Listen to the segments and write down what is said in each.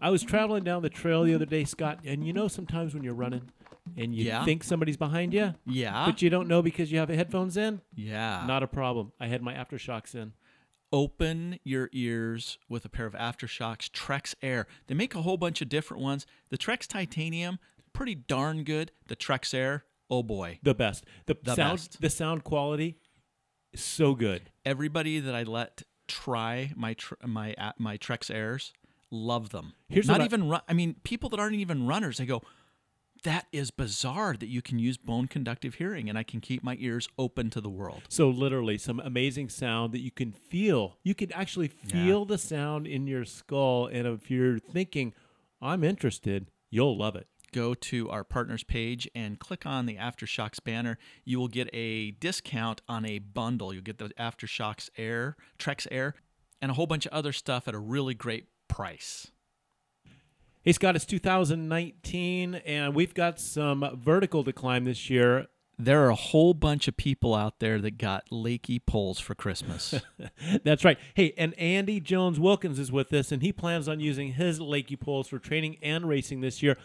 I was traveling down the trail the other day, Scott, and you know sometimes when you're running and you Yeah. think somebody's behind you, Yeah. but you don't know because you have headphones in? yeah. Not a problem. I had my aftershocks in. Open your ears with a pair of aftershocks, Trex Air. They make a whole bunch of different ones. The Trex Titanium, pretty darn good. The Trex Air, oh boy. The best. The, The sound best. the sound quality is so good. Everybody that I let try my tr- my a- my Trex Airs love them. Here's not what I- even run. I mean, people that aren't even runners, they go, "That is bizarre that you can use bone conductive hearing, and I can keep my ears open to the world." So literally some amazing sound that you can feel. You can actually feel the sound in your skull and if you're thinking, I'm interested, you'll love it. go to our partners page and click on the Aftershocks banner, you will get a discount on a bundle. You'll get the Aftershocks Air, Trex Air, and a whole bunch of other stuff at a really great price. Hey Scott, it's 2019 and we've got some vertical to climb this year. There are a whole bunch of people out there that got lakey poles for Christmas. That's right. Hey, and Andy Jones Wilkins is with us and he plans on using his Lakey poles for training and racing this year.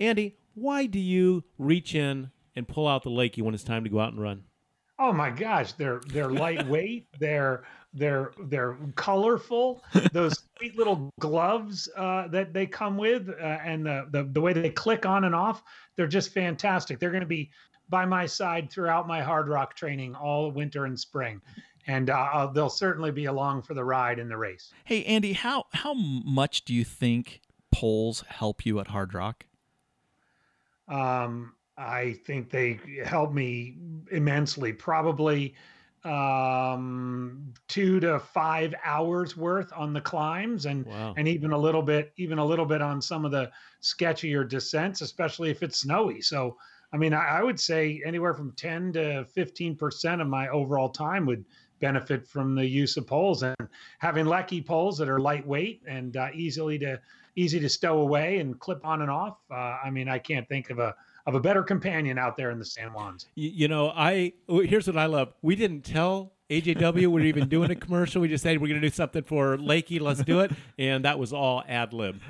Andy, why do you reach in and pull out the Lakey when it's time to go out and run? Oh my gosh, they're they're lightweight, they're they're they're colorful. Those sweet little gloves uh, that they come with, uh, and the, the the way that they click on and off, they're just fantastic. They're going to be by my side throughout my hard rock training all winter and spring, and uh, I'll- they'll certainly be along for the ride in the race. hey Andy, how how much do you think poles help you at Hard Rock? Um, I think they help me immensely. Probably um, two to five hours worth on the climbs, and Wow. and even a little bit, even a little bit on some of the sketchier descents, especially if it's snowy. So, I mean, I, I would say anywhere from ten to fifteen percent of my overall time would benefit from the use of poles and having lucky poles that are lightweight and uh, easily to easy to stow away and clip on and off. Uh, I mean, I can't think of a of a better companion out there in the San Juans. You, you know, I w- here's what I love. We didn't tell AJW we were even doing a commercial. We just said we're going to do something for Lakey. Let's do it, and that was all ad lib.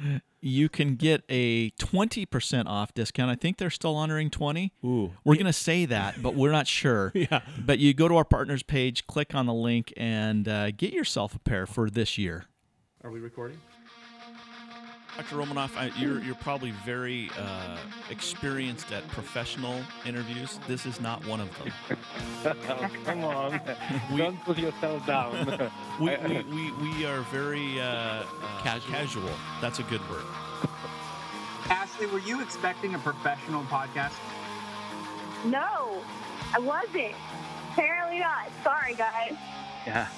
You can get a 20% off discount. I think they're still honoring 20. Ooh. We're going to say that, but we're not sure. Yeah. But you go to our partners page, click on the link, and uh, get yourself a pair for this year. Are we recording? Dr. Romanoff, I, you're, you're probably very uh, experienced at professional interviews. This is not one of them. Come on. We- Don't put yourself down. We, we, we, we are very uh, uh, Casual. casual. That's a good word. Ashley, were you expecting a professional podcast? No, I wasn't. Apparently not. Sorry, guys. yeah.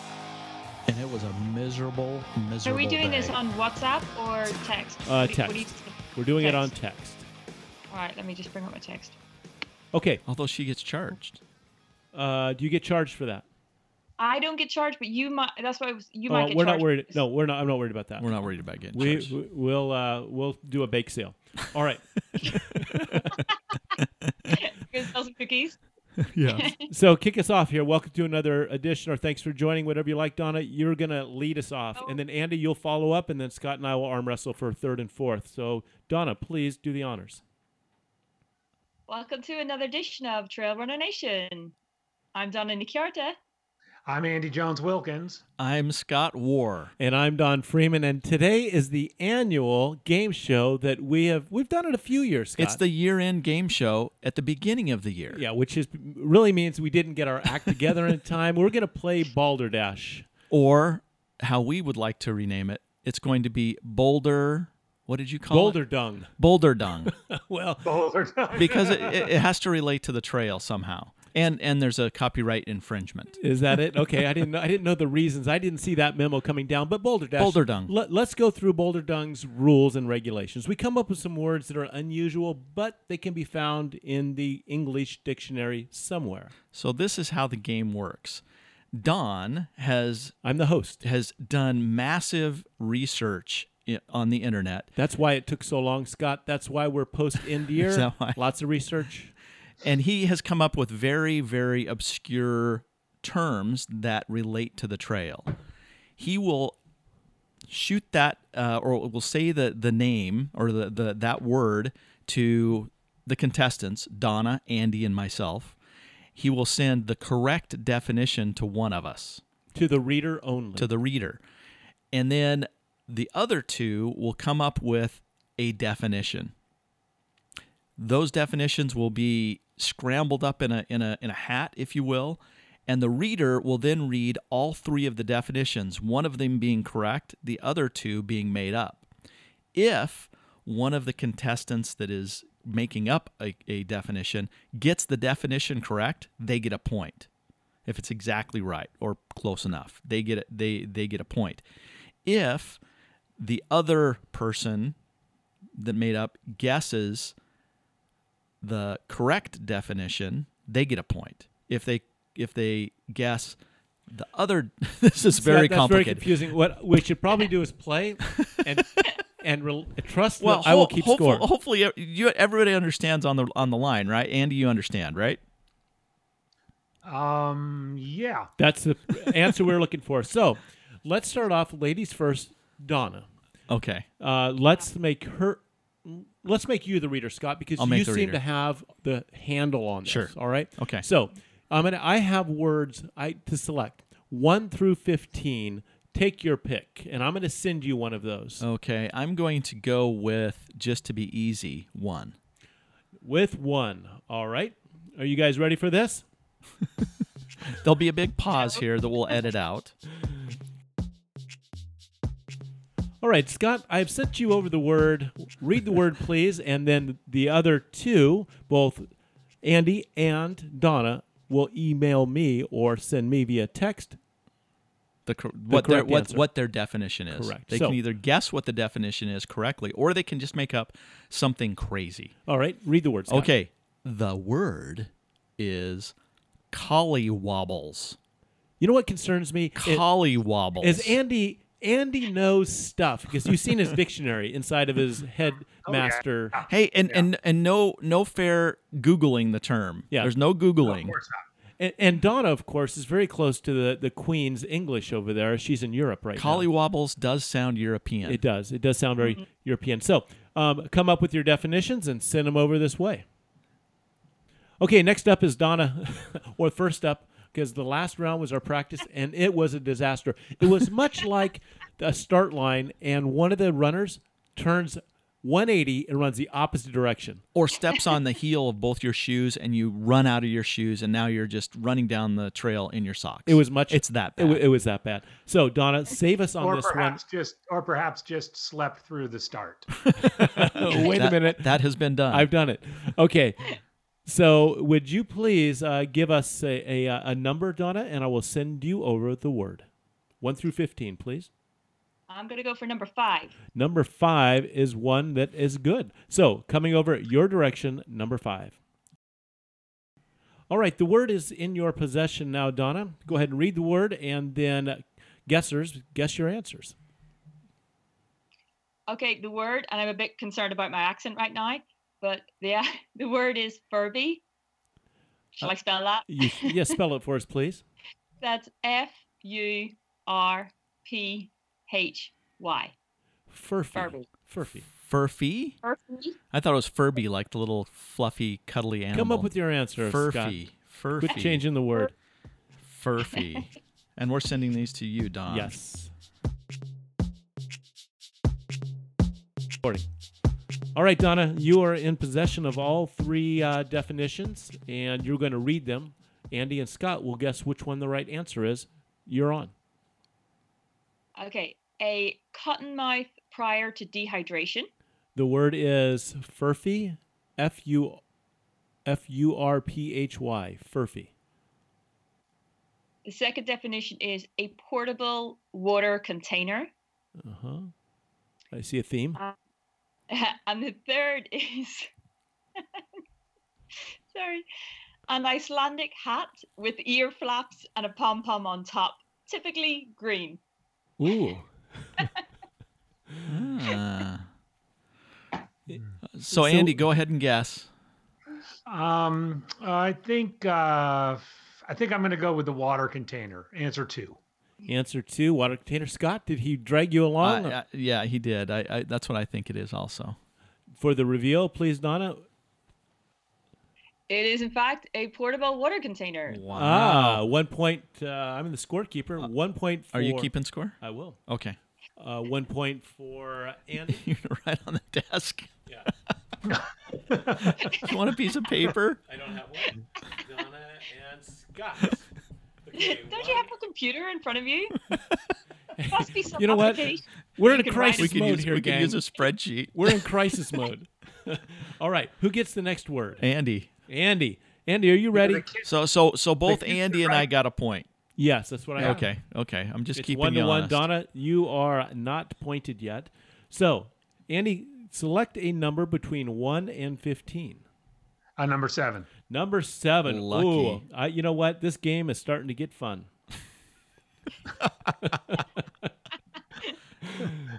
And it was a miserable, miserable Are we doing this day. on WhatsApp or text? Uh, What do- What do you text. think? We're doing it on Text. text. All right, let me just bring up my text. Okay. Although she gets charged. Uh, do you get charged for that? I don't get charged, but you might. That's why I was, you Uh, might get we're charged. not worried. No, we're not. I'm not worried about that. We're not worried about getting we charged. we- we'll uh, we'll do a bake sale. All right. Go sell some cookies. yeah. So kick us off here. Welcome to another edition, or thanks for joining. Whatever you like, Donna. You're gonna lead us off, and then Andy, you'll follow up, and then Scott and I will arm wrestle for third and fourth. So Donna, please do the honors. Welcome to another edition of Trail Runner Nation. I'm Donna Nicchiarta. I'm Andy Jones Wilkins. I'm Scott War. And I'm Don Freeman, and today is the annual game show that we have. We've done it a few years. Scott. It's the year end game show at the beginning of the year. yeah, which is really means we didn't get our act together in time. We're gonna play Balderdash. Or how we would like to rename it, it's going to be Boulder. What did you call Boulder it? Dung. Boulder Dung. Well, Boulder. because it, it, it has to relate to the trail somehow. And, and there's a copyright infringement. Is that it? Okay, I didn't know, I didn't know the reasons. I didn't see that memo coming down. But Boulder Dash, Boulder Dung. Let, us go through Boulder Dung's rules and regulations. We come up with some words that are unusual, but they can be found in the English dictionary somewhere. So this is how the game works. Don has I'm the host. has done massive research i- on the internet That's why it took so long, Scott. That's why we're post end Is year. that why? Lots of research. and he has come up with very very obscure terms that relate to the trail he will shoot that uh, or we'll say the the name or the, the that word to the contestants donna andy and myself he will send the correct definition to one of us to the reader only. to the reader and then the other two will come up with a definition those definitions will be scrambled up in a in a in a hat if you will and the reader will then read all three of the definitions one of them being correct the other two being made up if one of the contestants that is making up a, a definition gets the definition correct they get a point if it's exactly right or close enough they get a- they they get a point if the other person that made up guesses the correct definition, they get a point. If they if they guess the other, this is So that- very that's Very complicated. confusing. What we should probably do is play and and rel trust well, that I will ho- keep hopeful- score. Hopefully, e- you everybody understands on the on the line, right? Andy, you understand, right? Um, yeah. That's the answer we're looking for. So, let's start off, ladies first. Donna, Okay. uh, let's make her. Let's make you the reader, Scott, because I'll you make the seem reader. to have the handle on this. Sure. All right. Okay. So, I'm gonna. I have words I to select one through fifteen. Take your pick, and I'm gonna send you one of those. Okay. I'm going to go with just to be easy one. with one. All right. Are you guys ready for this? There'll be a big pause here that we'll edit out. All right, Scott, I've sent you over the word. Read the word, please. And then the other two, both Andy and Donna, will email me or send me via text. the, cor- what their correct what, answer. what their definition is. Correct. They So- can either guess what the definition is correctly, or they can just make up something crazy. All right, read the words. Okay, the word is collywobbles. You know what concerns me is, Collywobbles. is Andy. Andy knows stuff because you've seen his dictionary inside of his headmaster. hey, and, and and no no fair googling the term. Yeah. There's no googling. Of course not. and, and Donna, of course, is very close to the, the Queen's English over there. She's in Europe right now. collywobbles does sound European. It does. It does sound very Mm-hmm. European. So um, come up with your definitions and send them over this way. Okay, next up is Donna, or first up, because the last round was our practice and it was a disaster. It was much like a start line, and one of the runners turns 180 and runs the opposite direction. or steps on the heel of both your shoes and you run out of your shoes and now you're just running down the trail in your socks. It was much. It's that It, wa- bad. it was that bad. So Donna, save us on Or this perhaps just, or perhaps just slept through the start. one. Oh, Wait That- a minute. That has been done. I've done it. Okay. So, would you please uh, give us a, a, uh, a number, Donna, and I will send you over the word. 1 through 15, please. I'm going to go for number five. Number 5 is one that is good. So, coming over your direction, number 5. All right, the word is in your possession now, Donna. Go ahead and read the word, and then uh, guessers, guess your answers. Okay, the word, and I'm a bit concerned about my accent right now, but the the word is Furby. Shall I spell that? You, yes, spell it for us, please. That's F U R P H Y. Furfy. Furby. Furfy. Furfy? Furby. I thought it was Furby, like the little fluffy, cuddly animal. Come up with your answer, Scott. Furfy. Furfy. Quit changing the word. Furfy. and we're sending these to you, Don. Yes. Recording. All right, Donna, you are in possession of all three uh, definitions, and you're going to read them. Andy and Scott will guess which one the right answer is. You're on. Okay, a cottonmouth prior to dehydration. The word is furfy, f u f u r p h y, furfy. The second definition is a portable water container. Uh huh. I see a theme. and the third is sorry an icelandic hat with ear flaps and a pom pom on top typically green Ooh. Ah. So, Andy, go ahead and guess. Um, I think uh, I think I'm going to go with the water container. Answer two. Answer two, water container. Scott, did he drag you along I- I- Uh, yeah, he did. I, I, that's what I think it is also. for the reveal? Please, Donna. It is, in fact, a portable water container. Ah, one point. Uh, I'm the scorekeeper. one point. Uh, Are you for- keeping score? I will. Okay. Uh, one point for Andy. You're right on the desk. Yeah. you want a piece of paper? I don't have one. Donna and Scott. Okay, Don't you have a computer in front of you? Must be some You know what? application. We're in a You can write crisis it. we could mode use here, we gang. could use a spreadsheet. We're in crisis mode. All right, who gets the next word? Andy. Andy. Andy, are you ready? So so so both future Andy and I right- got a point. Yes, that's what I have. Okay. Okay. I'm just It's keeping one you to one. honest. Donna, you are not pointed yet. So, Andy, select a number between one and fifteen. Uh, number seven. Number seven. Lucky. Ooh, I, you know what? This game is starting to get fun.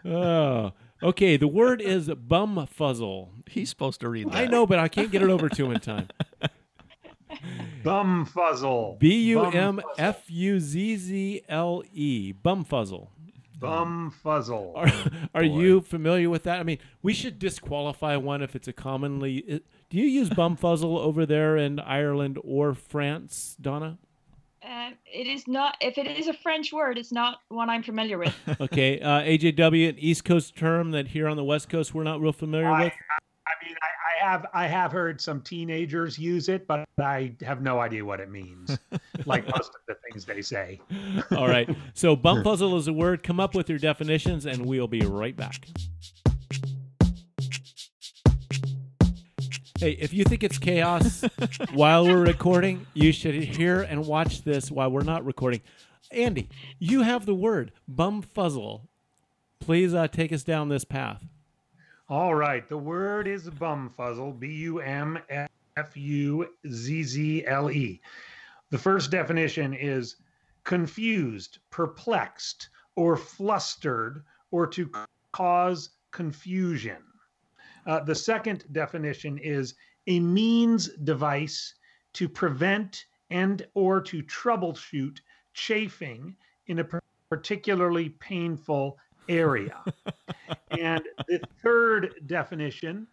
oh, okay. The word is bumfuzzle. He's supposed to read that. I know, but I can't get it over to him in time. Bum fuzzle. B U M F U Z Z L E. Bumfuzzle. Bum fuzzle. Are, are you familiar with that? I mean, we should disqualify one if it's a commonly. i- Do you use bumfuzzle over there in Ireland or France, Donna? Um, it is not. If it is a French word, it's not one I'm familiar with. Okay, uh, AJW, an East Coast term that here on the West Coast we're not real familiar I, with. I mean, I, I have I have heard some teenagers use it, but I have no idea what it means. like most of the things they say. All right, so bump puzzle is a word. Come up with your definitions, and we'll be right back. Hey, if you think it's chaos while we're recording, you should hear and watch this while we're not recording. Andy, you have the word bumfuzzle. Please uh, take us down this path. All right. The word is bumfuzzle, B U M F U Z Z L E. The first definition is confused, perplexed, or flustered, or to c- cause confusion. Uh, the second definition is a means device to prevent and or to troubleshoot chafing in a par- particularly painful area. And the third definition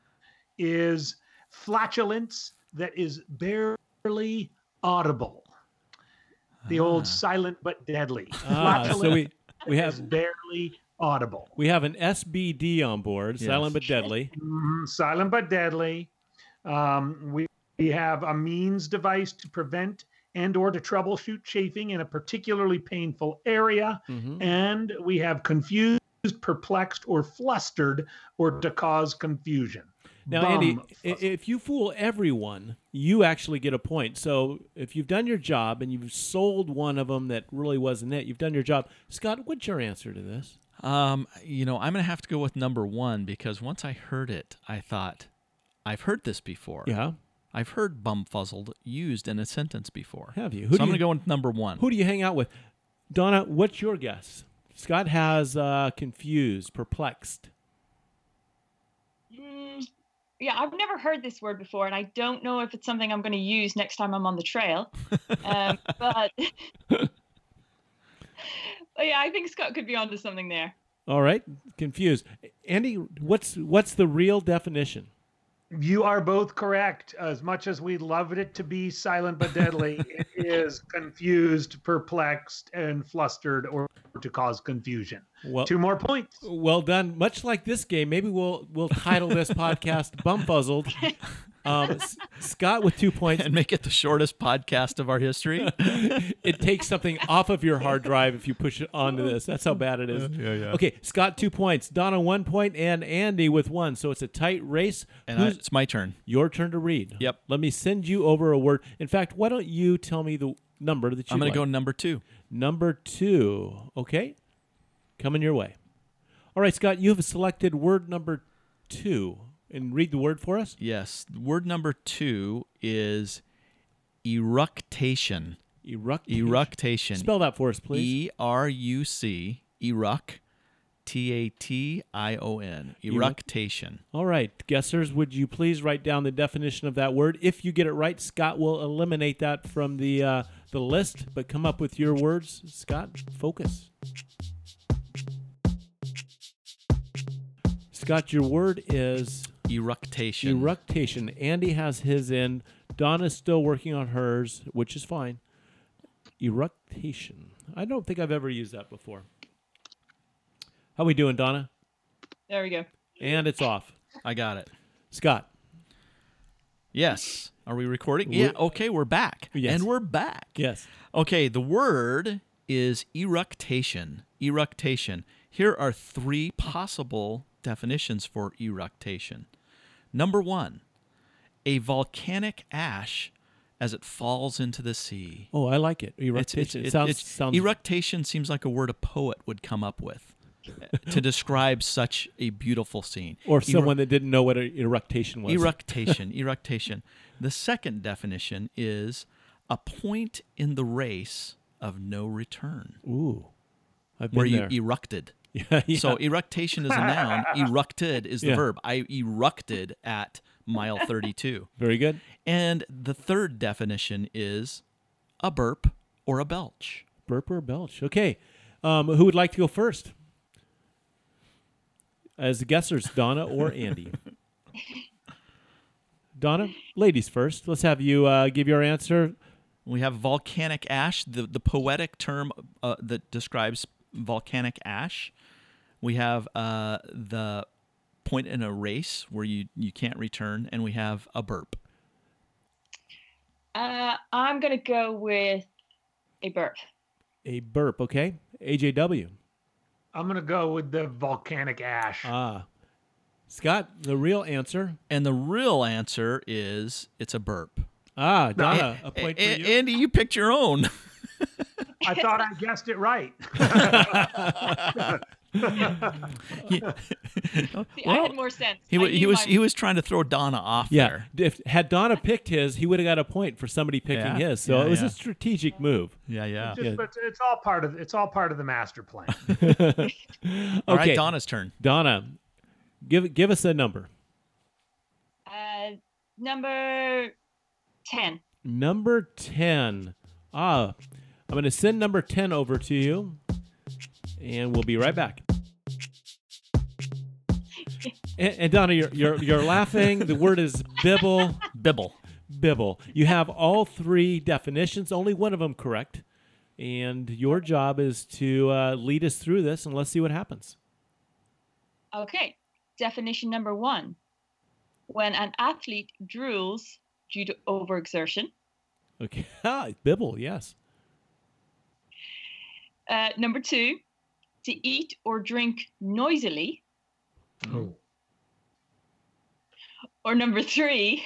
is flatulence that is barely audible. The Ah. old silent but deadly. Ah, so we, we is have barely audible. we have an SBD on board, Yes. silent but deadly. Mhm, Silent but deadly. Um, we, we have a means device to prevent and or to troubleshoot chafing in a particularly painful area. Mhm. And we have confused, perplexed, or flustered, or to cause confusion. Now, Bum Andy, i- fuzzle. if you fool everyone, you actually get a point. So if you've done your job and you've sold one of them that really wasn't it, you've done your job. Scott, what's your answer to this? Um, you know, I'm gonna have to go with number one because once I heard it, I thought, I've heard this before. Yeah, I've heard bumfuzzled used in a sentence before. have you? so do I'm you, gonna go with number one. Who do you hang out with? Donna, what's your guess? Scott has uh, confused, perplexed. Mm, yeah, I've never heard this word before, and I don't know if it's something I'm going to use next time I'm on the trail. Um, but, but yeah, I think Scott could be onto something there. All right, confused. Andy, what's what's the real definition? You are both correct. As much as we loved it to be silent but deadly, it is confused, perplexed, and flustered, or to cause confusion. Well, Two more points. Well done. Much like this game, maybe we'll we'll title this podcast "Bumfuzzled." Um, S- Scott with two points. and make it the shortest podcast of our history. It takes something off of your hard drive if you push it onto this. That's how bad it is. Yeah, yeah. Okay, Scott two points, Donna one point, and Andy with one. So it's a tight race. and I, Who's- it's my turn. your turn to read. Yep. Let me send you over a word. In fact, why don't you tell me the number that you? I'm gonna like? go number two. Number two. Okay. Coming your way. All right, Scott, you have selected word number two. And read the word for us. Yes. Word number two is eructation. Eruct. Eructation. Spell that for us, please. E R U C. Eruc. T A T I O N. Eructation. All right, guessers, would you please write down the definition of that word? If you get it right, Scott will eliminate that from the uh, the list, but come up with your words. Scott, focus. Scott, your word is Eructation. eructation. Andy has his in. Donna's still working on hers, which is fine. Eructation. I don't think I've ever used that before. How we doing, Donna? There we go. And it's off. I got it. Scott. Yes. Are we recording? We're- yeah. Okay, we're back. Yes. And we're back. Yes. Okay, the word is eructation. Eructation. Here are three possible definitions for eructation. Number one, a volcanic ash as it falls into the sea. Oh, I like it. It's- Eructation. it's- it it's- sounds, it's- sounds eructation seems like a word a poet would come up with eh, to describe such a beautiful scene. or Eru- someone that didn't know what an eructation was. Eructation, eructation. The second definition is a point in the race of no return, Ooh, I've been where you there. eructed. yeah, yeah. So eructation is a noun. Eructed is the Yeah. verb. I eructed at mile 32. very good. And the third definition is a burp or a belch. Burp or belch. Okay, um, who would like to go first? As the guessers, Donna or Andy. Donna, ladies first. Let's have you uh, give your answer. We have volcanic ash, the, the poetic term uh, that describes volcanic ash. We have uh, the point in a race where you, you can't return, and we have a burp. Uh, I'm going to go with a burp. A burp, okay? AJW. I'm gonna go with the volcanic ash. Ah, Scott, the real answer. And the real answer is it's a burp. Ah, Donna, a point A- for A- you. Andy, you picked your own. I thought I guessed it right. See, I Well, had more sense. He, I wa- he knew was my- he was trying to throw Donna off Yeah. there. If had Donna picked his, he would have got a point for somebody picking Yeah, his. So yeah, it was yeah. a strategic move. Yeah, yeah. Just, Yeah. but it's all part of it's all part of the master plan. All right, Okay. Donna's turn. Donna, give give us a number. uh, number 10. Number ten. Ah, I'm going to send number ten over to you, and we'll be right back. And, and Donna, you're, you're you're laughing. The word is bibble. Bibble. Bibble. You have all three definitions, only one of them correct. And your job is to uh, lead us through this, and let's see what happens. Okay. Definition number one when an athlete drools due to overexertion. Okay. Ah, Bibble, yes. Uh, number two, to eat or drink noisily. Oh. Or number three,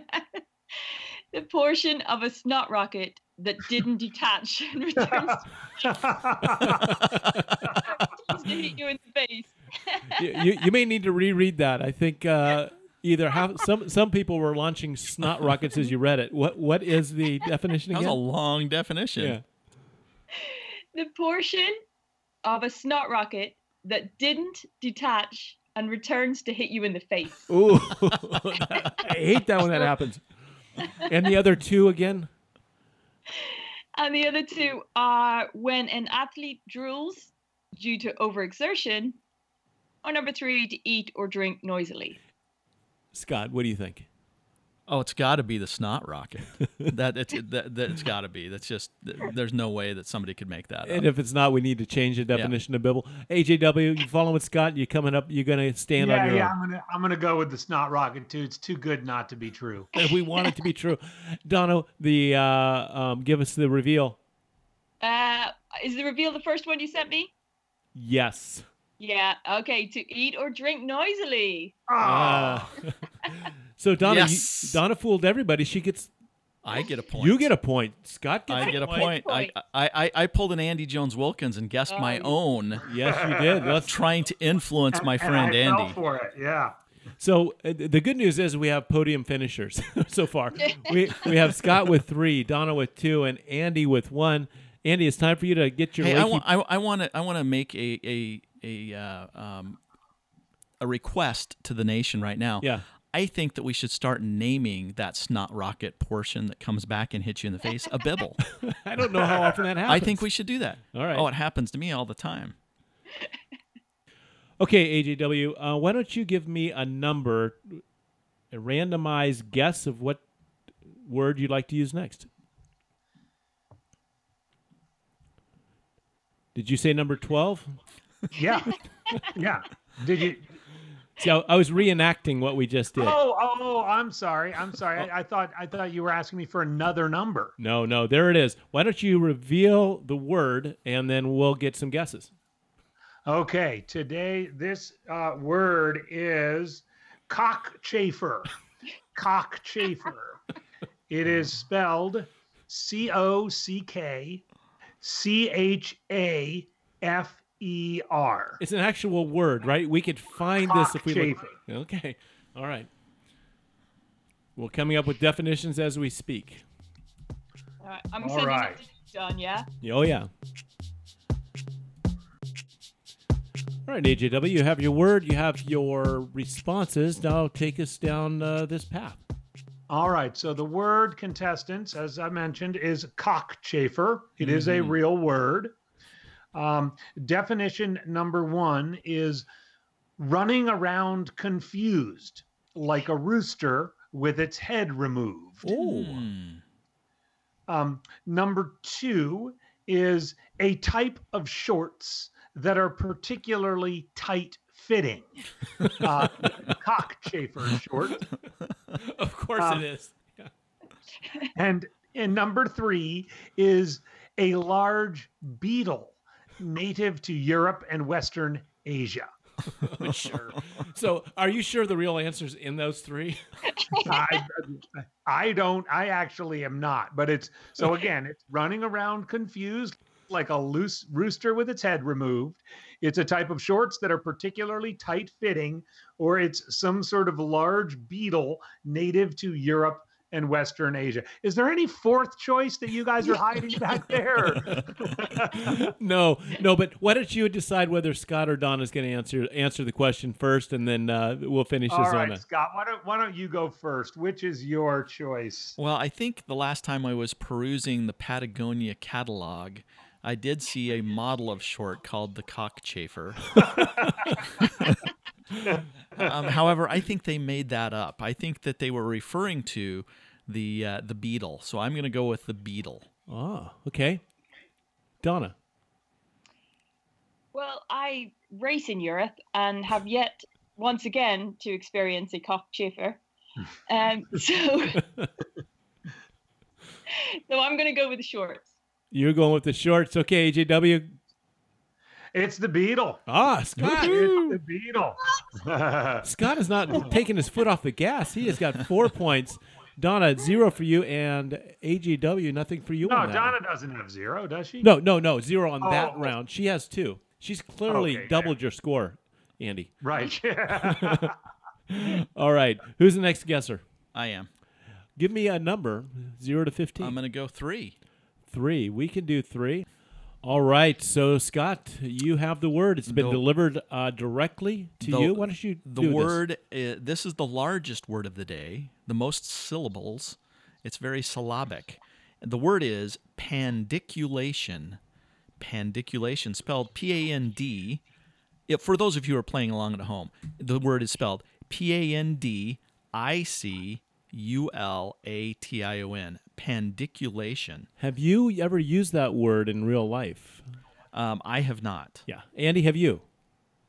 the portion of a snot rocket that didn't detach and returns to hit you in the face. you, you, you may need to reread that. I think uh, either have, some some people were launching snot rockets as you read it. What what is the definition That was again? a long definition. yeah. The portion of a snot rocket that didn't detach and returns to hit you in the face. Ooh, I hate that when that happens. And the other two again. And the other two are when an athlete drools due to overexertion, or number three, to eat or drink noisily. Scott, what do you think? Oh, it's got to be the snot rocket. that it's that, that it's got to be. That's just there's no way that somebody could make that. And up. if it's not, we need to change the definition of Bible. AJW, you following with Scott? You coming up? You're gonna stand on yeah, your yeah, own. I'm gonna I'm gonna go with the snot rocket too. It's too good not to be true. If we want it to be true, Dono, the uh, um, give us the reveal. Uh, is the reveal the first one you sent me? Yes. Yeah. Okay. To eat or drink noisily. Uh, so Donna, Yes. you, Donna fooled everybody. She gets I get a point. You get a point. Scott gets I get a point. point. I, Point. I I I pulled an Andy Jones Wilkins and guessed Oh, my you- own, Yes, you did. Let's try. trying to influence my Um, And friend I fell Andy. for it. Yeah. So uh, the good news is we have podium finishers so far. We we have Scott with three, Donna with two, and Andy with one. Andy, it's time for you to get your. Hey, I Lakey- want I, I want to I want to make a a a uh, um, a request to the nation right now. Yeah. I I think that we should start naming that snot rocket portion that comes back and hits you in the face a bibble. I don't know how often that happens. I think we should do that. All right. Oh, it happens to me all the time. Okay, AJW, uh, why don't you give me a number, a randomized guess of what word you'd like to use next? Did you say number 12? Yeah. yeah. Did you? See, I, I was reenacting what we just did. Oh, oh, oh, I'm sorry. I'm sorry. I, I thought I thought you were asking me for another number. No, no, there it is. Why don't you reveal the word and then we'll get some guesses? Okay, today this uh, word is cockchafer. Cockchafer. It is spelled C O C K C H A F E R. It's an actual word, right? We could find this if we look. Okay. All right. We're coming up with definitions as we speak. All right, I'm All sending right. it to John, yeah? Oh, yeah. All right, AJW, you have your word, you have your responses. Now take us down uh, this path. All right. So the word contestants, as I mentioned, is cockchafer. It is a real word. Um, definition number one is running around confused, like a rooster with its head removed. Oh, Hmm. Um, number two is a type of shorts that are particularly tight fitting. Uh, cockchafer shorts. of course Um, it is. And and number three is a large beetle native to Europe and Western Asia. sure. So, are you sure the real answer's in those three? I, I don't, I actually am not, but it's so again, it's running around confused like a loose rooster with its head removed. It's a type of shorts that are particularly tight fitting, or it's some sort of large beetle native to Europe and Western Asia. Is there any fourth choice that you guys are hiding back there? no, no. But why don't you decide whether Scott or Don is going to answer answer the question first, and then uh, we'll finish All this right, on a. Scott, why don't, why don't you go first? Which is your choice? Well, I think the last time I was perusing the Patagonia catalog, I did see a model of short called the cockchafer. um, however, I think they made that up. I think that they were referring to the uh, the beetle. So I'm going to go with the beetle. Oh, okay. Donna. Well, I race in Europe and have yet, once again, to experience a cockchafer. Um, so, so I'm going to go with the shorts. You're going with the shorts. Okay, AJW. It's the beetle. Ah, Scott. It's the beetle. Scott is not taking his foot off the gas. He has got four points. Donna, zero for you, and AJW, nothing for you. no, on that Donna one. doesn't have zero, does she? No, no, no. Zero on Oh. that round. She has two. She's clearly Okay, doubled your score, Andy. Right. All right. Who's the next guesser? I am. Give me a number, zero to 15. I'm going to go three. Three. We can do three. All right. So, Scott, you have the word. It's been The- delivered uh, directly to the- you. Why don't you The do this? word, i- this is the largest word of the day, the most syllables. It's very syllabic. The word is pandiculation. Pandiculation, spelled P A N D. If, for those of you who are playing along at home, the word is spelled P A N D I C U L A T I O N. Pandiculation. Have you ever used that word in real life? Um, I have not. Yeah. Andy, have you?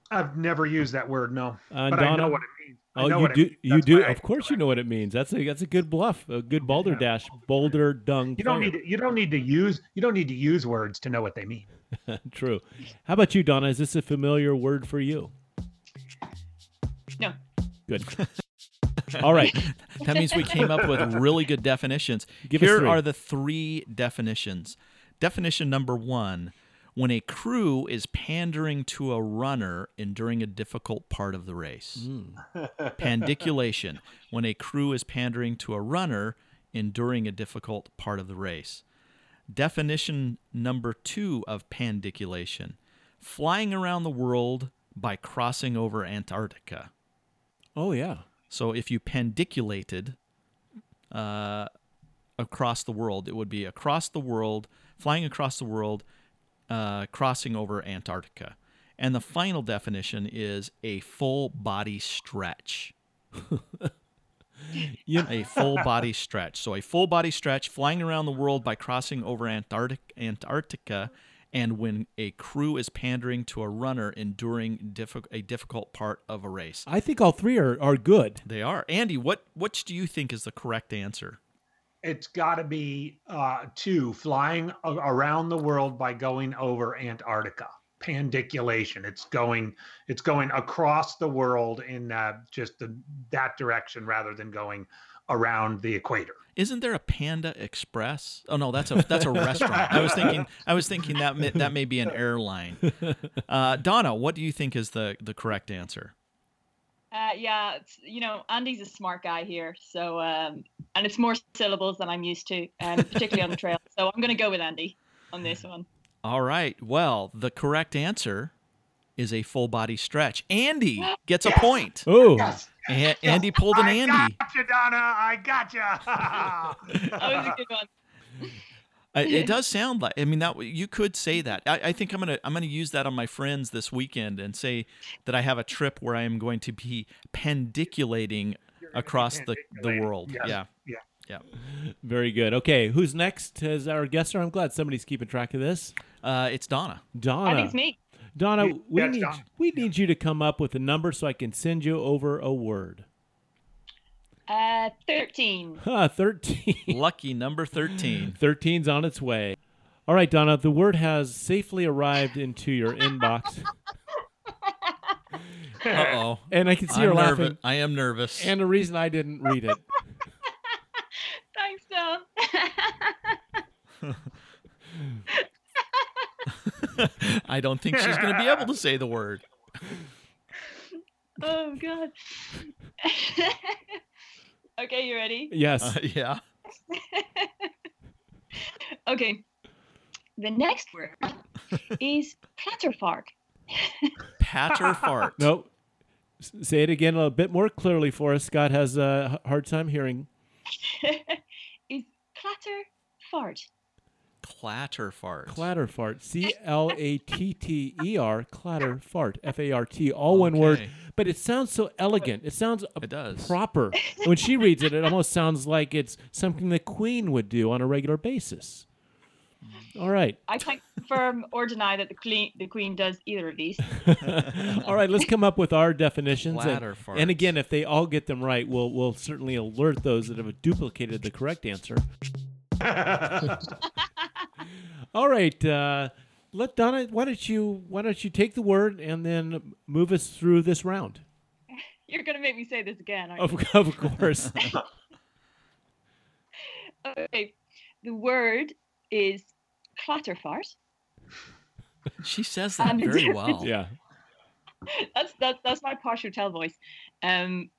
I've never used that word, no. Uh, but I Donna? know what it means. I Oh, know you what it do. means. You That's do. why I- Of course, you know what it means. That's a that's a good bluff, a good balderdash, boulder dung. You don't fire. need to, you don't need to use you don't need to use words to know what they mean. True. How about you, Donna? Is this a familiar word for you? No. Good. All right. That means we came up with really good definitions. Give us Here three. are the three definitions. Definition number one when a crew is pandering to a runner enduring a difficult part of the race. Hmm. Pandiculation. When a crew is pandering to a runner enduring a difficult part of the race. Definition number two of pandiculation flying around the world by crossing over Antarctica. Oh yeah. So if you pendiculated uh, across the world, it would be across the world, flying across the world, uh, crossing over Antarctica. And the final definition is a full body stretch. You- a full body stretch. So a full body stretch flying around the world by crossing over Antarctic Antarctica and when a crew is pandering to a runner enduring diffi- a difficult part of a race. I think all three are, are good. They are. Andy, what which do you think is the correct answer? It's got to be uh, two flying a- around the world by going over Antarctica. Pandiculation. It's going. It's going across the world in uh, just the, that direction rather than going around the equator. Isn't there a Panda Express? Oh no, that's a that's a restaurant. I was thinking I was thinking that may, that may be an airline. Uh, Donna, what do you think is the the correct answer? Uh, yeah, it's, you know, Andy's a smart guy here, so um, and it's more syllables than I'm used to, um, particularly on the trail. So I'm going to go with Andy on this one. All right. Well, the correct answer is a full body stretch. Andy gets a point. Oh, A- Andy pulled an I Andy. gotcha, Donna. I gotcha. That was a good one. I- It does sound like. I mean, that you could say that. I, I think I'm gonna I'm gonna use that on my friends this weekend and say that I have a trip where I am going to be pendiculating across the the pendiculating, world. yes. Yeah. very good. Okay, who's next as our guest? Or I'm glad somebody's keeping track of this. Uh, it's Donna. Donna. I think it's me. Donna, Yeah, we it's need Donna. we need you to come up with a number so I can send you over a word. Uh, Thirteen. Huh, 13. Lucky number thirteen. 13's on its way. All right, Donna, the word has safely arrived into your inbox. Uh oh. And I can see I'm her nervous. laughing. I am nervous. And the reason I didn't read it. Thanks, Don. I don't think she's gonna be able to say the word. oh God. okay, you ready? Yes. Uh, yeah. Okay. The next word is platterfark. Pat or fart. no. S- Say it again a little bit more clearly for us. Scott has a h- hard time hearing. is clatter fart. Clatter fart. Clatter fart. C L A T T E R. Clatter fart. F A R T. All one word. Okay. But it sounds so elegant. It sounds uh, It does. proper. And when she reads it, it almost sounds like it's something the Queen would do on a regular basis. All right. I can't confirm or deny that the queen, the queen does either of these. All right, let's come up with our definitions. Bladder And, and farts. again, if they all get them right, we'll we'll certainly alert those that have duplicated the correct answer. all right, uh, let Donna. Why don't you why don't you take the word and then move us through this round? You're going to make me say this again. Aren't Of, of course. you? Okay. The word is clatter fart. She says that Um, very well. yeah. That's that's that's my posh hotel voice. Um,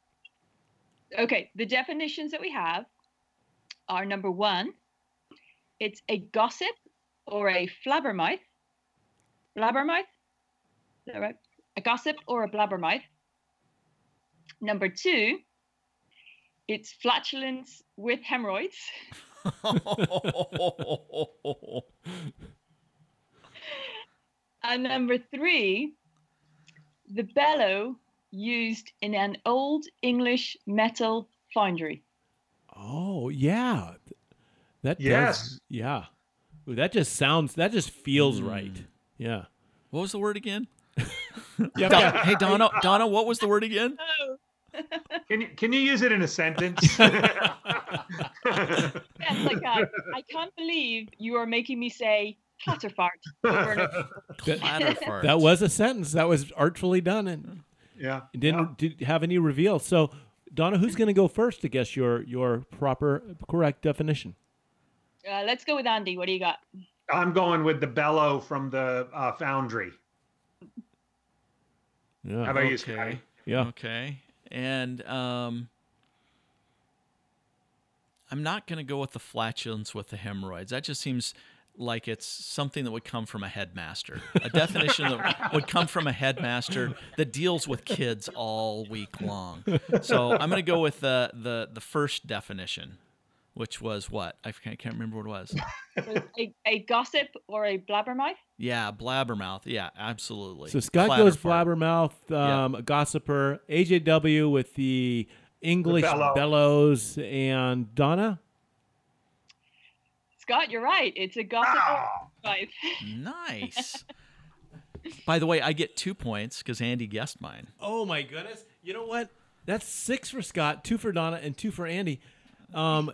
okay. The definitions that we have are number one, it's a gossip or a flabbermouth. Blabbermouth? Is that right? A gossip or a blabbermouth. Number two, it's flatulence with hemorrhoids. And number three, the bellow used in an old English metal foundry. Oh yeah. That does- Yes. yeah. Ooh, that just sounds. That just feels right. Yeah. what was the word again? Yeah. Don- hey Donna, Donna, what was the word again? Oh, Can you, can you use it in a sentence? yes, I can. I can't believe you are making me say Uh, clatterfart. over and over. Clatter fart. That was a sentence. That was artfully done and. yeah. It didn't did have any reveal. So, Donna, who's going to go first to guess your your proper correct definition? Uh, let's go with Andy. What do you got? I'm going with the bellow from the uh, foundry. How Yeah, about you, Okay. Scotty? yeah. Okay. And um I'm not gonna go with the flatulence with the hemorrhoids. That just seems like it's something that would come from a headmaster. A definition that would come from a headmaster that deals with kids all week long. So I'm going to go with the, the the first definition, which was what I can't, can't remember what it was. Was a, a gossip or a blabbermouth? Yeah, blabbermouth. Yeah, absolutely. So Scott goes Clatterfart. blabbermouth, um, gossiper, AJW with the English bellow. bellows, and Donna. Scott, you're right. It's a gossip or Ah, a blabbermouth. Nice. By the way, I get two points because Andy guessed mine. Oh my goodness! You know what? That's six for Scott, two for Donna, and two for Andy. Um,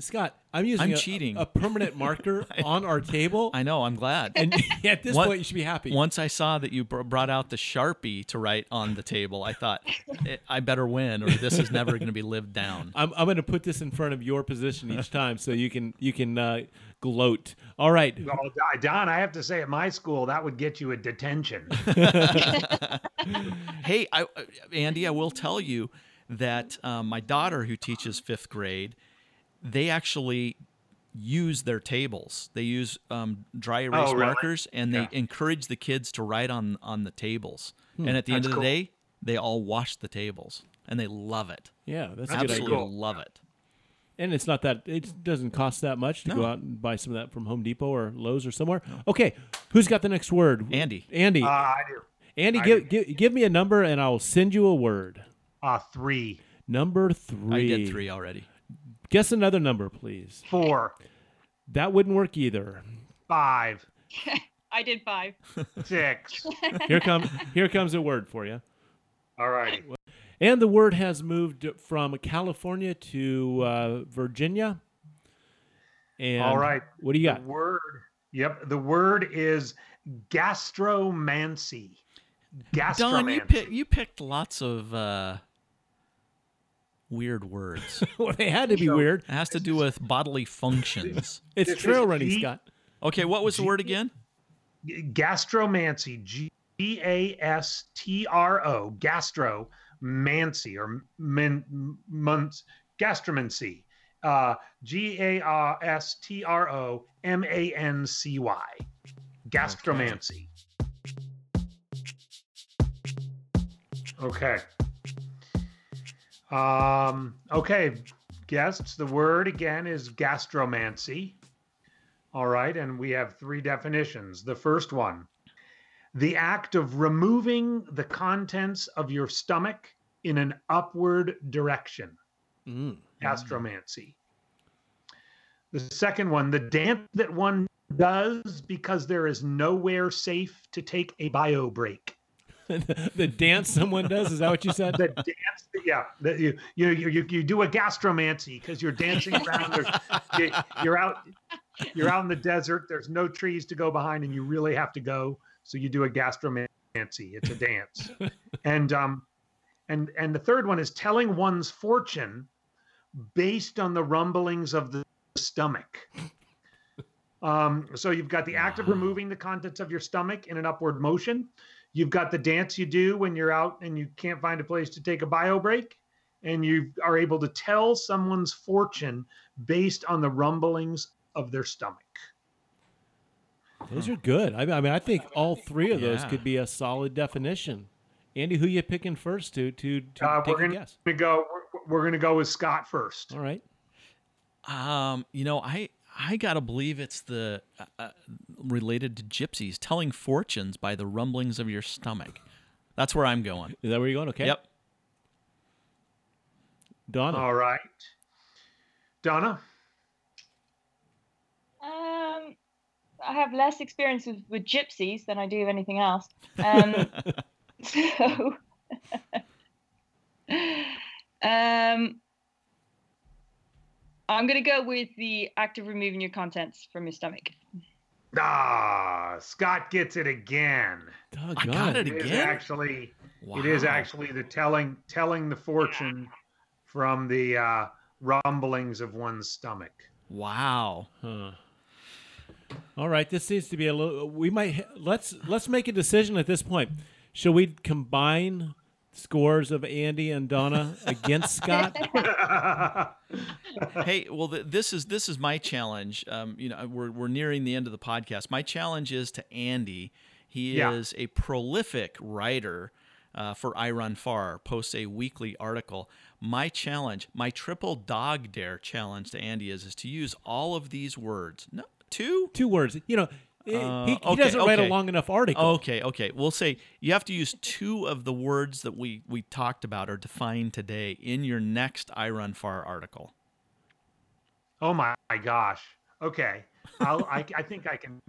Scott, I'm using I'm a, cheating. a permanent marker on our table, I know. I'm glad. and at this What- point, you should be happy. Once I saw that you br- brought out the sharpie to write on the table, I thought "I- I better win, or this is never going to be lived down. I'm, I'm going to put this in front of your position each time, so you can you can uh, gloat. All right, well, Don- Don, I have to say, at my school, that would get you a detention. Uh, Hey, I, uh, Andy, I will tell you that um, my daughter, who teaches fifth grade, they actually use their tables. They use um, dry erase Oh, really? markers, and they Yeah. Hmm. encourage the kids to write on on the tables. And at the end of That's the cool. day, they all wash the tables, and they love it. yeah, that's a good Absolutely idea. cool. love it. And it's not that it doesn't cost that much to No. go out and buy some of that from Home Depot or Lowe's or somewhere. Okay, who's got the next word? Andy. Andy, Uh, I do. Andy, I give, give give me a number and I'll send you a word. Uh, three, Number three. I did three already. Guess another number, please. four, That wouldn't work either. five, I did five. six. Here comes here comes a word for you. All righty. And the word has moved from California to uh, Virginia. And All right. what do you got? The word. Yep. The word is gastromancy. Gastromancy. Don, you, pick, you picked lots of uh, weird words. it well, they had to be weird. has to do with bodily functions. It's This trail is running, G- Scott. Okay, what was the word again? gastromancy g a s t r o gastromancy or men, months gastromancy uh g a r s t r o m a n c y gastromancy okay um okay guests the word again is gastromancy all right, and we have three definitions. The first one the act of removing the contents of your stomach in an upward direction, Mm. gastromancy. The second one, the dance that one does because there is nowhere safe to take a bio break. the dance someone does is that what you said? The dance, that- yeah, that you, you you you you do a gastromancy because you're dancing around. There's, you- you're out you're out in the desert there's no trees to go behind and you really have to go so you do a gastromancy it's a dance and um and and the third one is telling one's fortune based on the rumblings of the stomach um so you've got the act of Wow. removing the contents of your stomach in an upward motion you've got the dance you do when you're out and you can't find a place to take a bio break and you are able to tell someone's fortune based on the rumblings of their stomach. Those are good. I, I mean, I think all three of those Yeah. could be a solid definition. Andy, who you picking first to to, to Uh, take we're a gonna guess? we go. We're, we're gonna go with Scott first. All right. Um, you know, I I gotta believe it's the uh, uh, related to gypsies telling fortunes by the rumblings of your stomach. That's where I'm going. Is that where you're going? Okay. Yep. Donna. All right, Donna. Um, I have less experience with, with gypsies than I do anything else. Um, so, um, I'm going to go with the act of removing your contents from your stomach. Ah, Scott gets it again. Doggone I got it It is again. actually Wow. it is actually the telling telling the fortune from the uh, rumblings of one's stomach. Wow. Huh. All right. This seems to be a little. We might let's let's make a decision at this point. Shall we combine scores of Andy and Donna against Scott? Oh hey, well, th- this is this is my challenge. Um, you know, we're we're nearing the end of the podcast. My challenge is to Andy. He Yeah. is a prolific writer uh, for Iron Far. Posts a weekly article. My challenge, my triple dog dare challenge to Andy is is to use all of these words. No, two. Two words. You know, he, Uh, he okay, doesn't write a okay. long enough article. Okay, okay. We'll say you have to use two of the words that we we talked about or defined today in your next Iron Far article. oh my gosh. Okay. I'll, I, I think I can.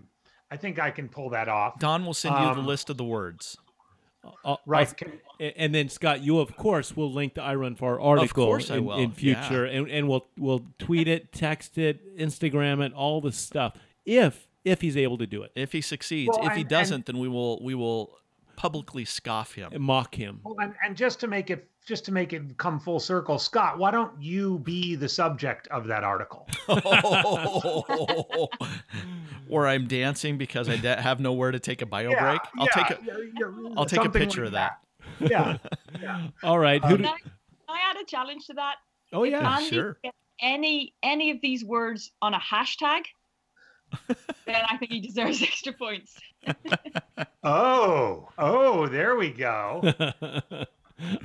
I think I can pull that off. Don will send you the Um, list of the words. Oh, I'll- Right. I'll- Can- A- And then Scott, you of course will link the I Run Far article course I in, will, in yeah. future, and, and we'll we'll tweet it, text it, Instagram it, all this stuff if if he's able to do it, If he succeeds, Well, if he and- and- doesn't, then we will we will publicly scoff him. and mock him. Well, and, and just to make it just to make it come full circle, Scott, why don't you be the subject of that article? or I'm dancing because I de- have nowhere to take a bio break. I'll take a I'll take a picture of that. Yeah. All right, who do, Can I, can I add a challenge to that? oh If yeah, Andy sure. gets Any any of these words on a hashtag, then I think he deserves extra points. Oh, oh, there we go.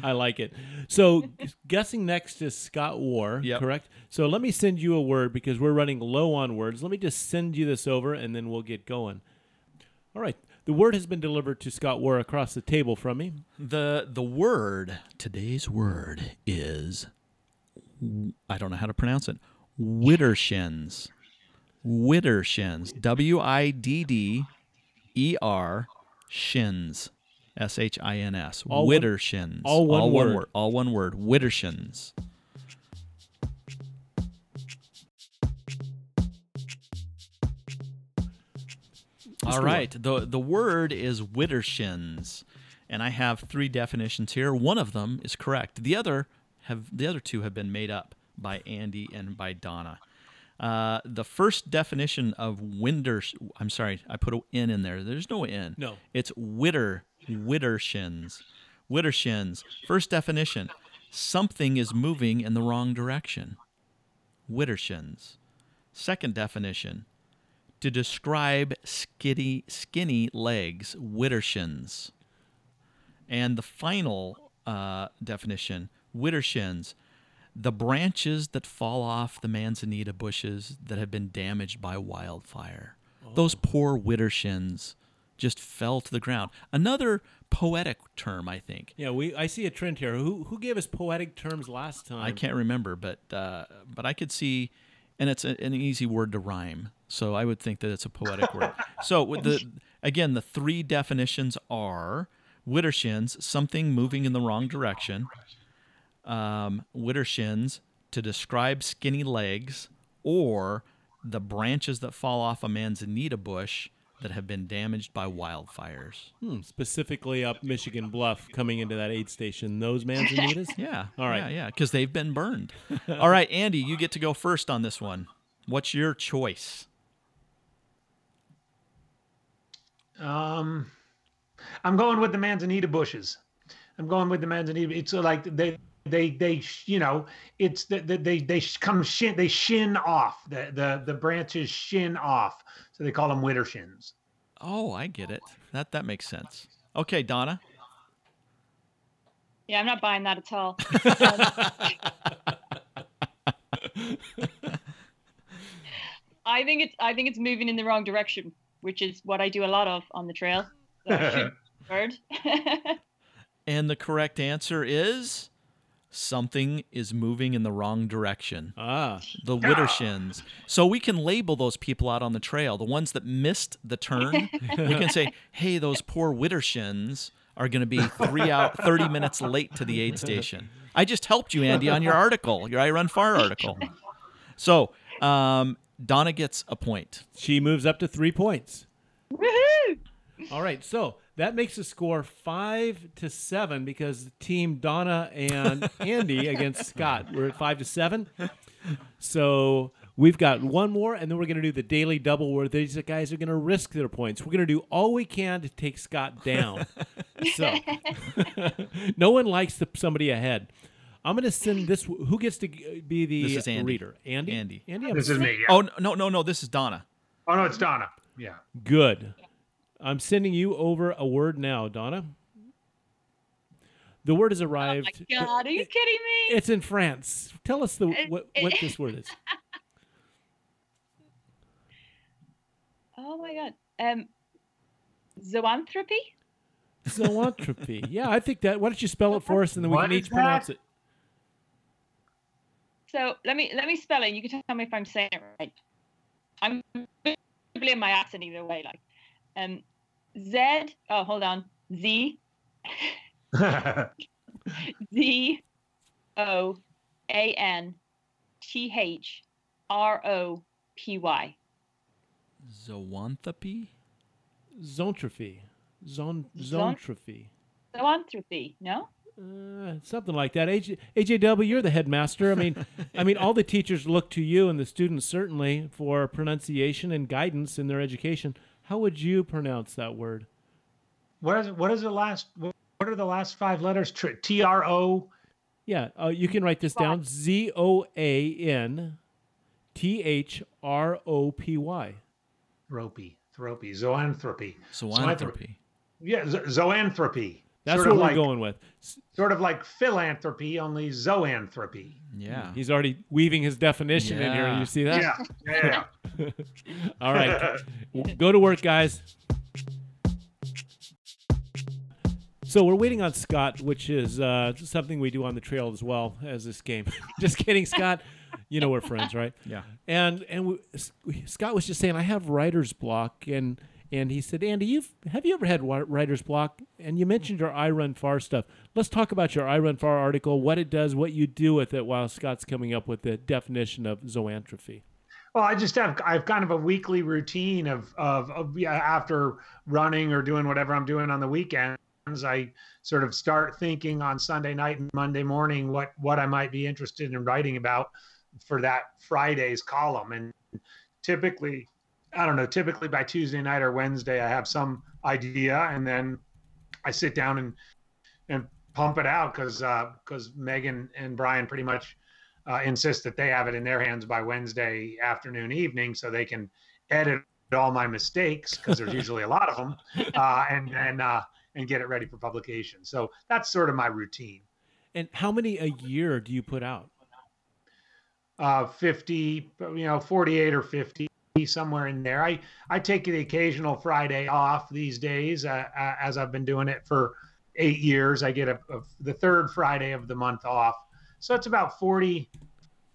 I like it. So guessing next is Scott War, Yep. correct? So let me send you a word because we're running low on words. Let me just send you this over, and then we'll get going. All right, the word has been delivered to Scott War across the table from me. The the word today's word is I don't know how to pronounce it. Widdershins. Widdershins. W I D D E R shins. S H I N S. All one- Widdershins. all one word. All one word. Widdershins. All do it. right. The the word is widdershins. And I have three definitions here. One of them is correct. The other have the other two have been made up by Andy and by Donna. Uh, the first definition of winder I'm sorry, I put an N in there. There's no N. No. It's witter, wittershins. Wittershins. First definition something is moving in the wrong direction. Wittershins. Second definition to describe skinny, skinny legs, Wittershins. And the final uh, definition, Wittershins, the branches that fall off the manzanita bushes that have been damaged by wildfire. Those poor Wittershins just fell to the ground. Another poetic term, I think. Yeah, we. I see a trend here. Who who gave us poetic terms last time? I can't remember, but uh, but I could see, and it's a, an easy word to rhyme, so I would think that it's a poetic word. So with the again, the three definitions are Wittershins, something moving in the wrong direction. Um, Wittershins to describe skinny legs or the branches that fall off a manzanita bush that have been damaged by wildfires. Hmm, specifically up Michigan Bluff, coming into that aid station. Those manzanitas. Yeah. All right. Yeah, yeah, because they've been burned. All right, Andy, you get to go first on this one. What's your choice? Um, I'm going with the manzanita bushes. I'm going with the manzanita. It's like they they they sh- you know it's that the, they they sh- come shin they shin off the the the branches shin off so they call them winter shins Oh, I get it. That that makes sense. Okay, Donna. Yeah, I'm not buying that at all. I think it's I think it's moving in the wrong direction, which is what I do a lot of on the trail. So I should bird. And the correct answer is something is moving in the wrong direction. Ah, The Wittershins. So we can label those people out on the trail, the ones that missed the turn. we can say, "Hey, those poor Wittershins are going to be 3 out 30 minutes late to the aid station." I just helped you, Andy, on your article, your I Run Far article. So, um, Donna gets a point. she moves up to three points. Woohoo! All right, so that makes the score five to seven because team Donna and Andy against Scott. We're at five to seven. So we've got one more, and then we're going to do the daily double where these guys are going to risk their points. We're going to do all we can to take Scott down. So, no one likes the, somebody ahead. I'm going to send this. Who gets to g- be the This is Andy. reader? Andy. Andy. Andy. I'm This is me. Yeah. Oh no no no! This is Donna. Oh no, it's Donna. Yeah. Good. I'm sending you over a word now, Donna. The word has Oh arrived. my God, are you kidding me? It's in France. Tell us the It- what, it- what this word is. Oh my God. Um, zoanthropy? Zoanthropy. Yeah, I think that. Why don't you spell it for us, and then we What can is each pronounce that? it. So let me let me spell it. You can tell me if I'm saying it right. I'm probably in my accent either way. Like, um, Z. Oh, hold on. Z Z O A N T H R O P Y. Zoanthropy. Zontrophy. Zon, Zon- zontrophy. Zoanthropy. No. Uh, something like that. AJ, AJW, you're the headmaster. I mean, I mean, all the teachers look to you and the students certainly for pronunciation and guidance in their education. How would you pronounce that word? What is what is the last? What are the last five letters? T R O. Yeah, uh, you can write this down: Z O A N T H R O P Y. Thropy. Thropy. Zoanthropy. Zoanthropy. Yeah. zo- Zoanthropy. That's sort what of we're like, going with. S- Sort of like philanthropy, only zoanthropy. Yeah. He's already weaving his definition in here. Yeah. You see that? Yeah. yeah. All right. W- Go to work, guys. So we're waiting on Scott, which is uh, something we do on the trail as well as this game. just kidding, Scott. You know we're friends, right? Yeah. And and we, S- we- Scott was just saying I have writer's block, and and he said, Andy, you've have you ever had wi- writer's block? And you mentioned your I Run Far stuff. Let's talk about your I Run Far article, what it does, what you do with it, while Scott's coming up with the definition of zoanthropy. Well, I just have I've kind of a weekly routine of of, of yeah, after running or doing whatever I'm doing on the weekends. I sort of start thinking on Sunday night and Monday morning what what I might be interested in writing about for that Friday's column. And typically, I don't know, typically by Tuesday night or Wednesday, I have some idea, and then I sit down and and pump it out because because Megan and Brian pretty much uh, insist that they have it in their hands by Wednesday afternoon, evening, so they can edit all my mistakes because there's usually a lot of them, uh, and and uh, and get it ready for publication. So that's sort of my routine. And how many a year do you put out? Uh, Fifty, you know, forty-eight or fifty, somewhere in there. I I take the occasional Friday off these days, uh, uh, as I've been doing it for eight years. I get a, a- the third Friday of the month off, so it's about 40,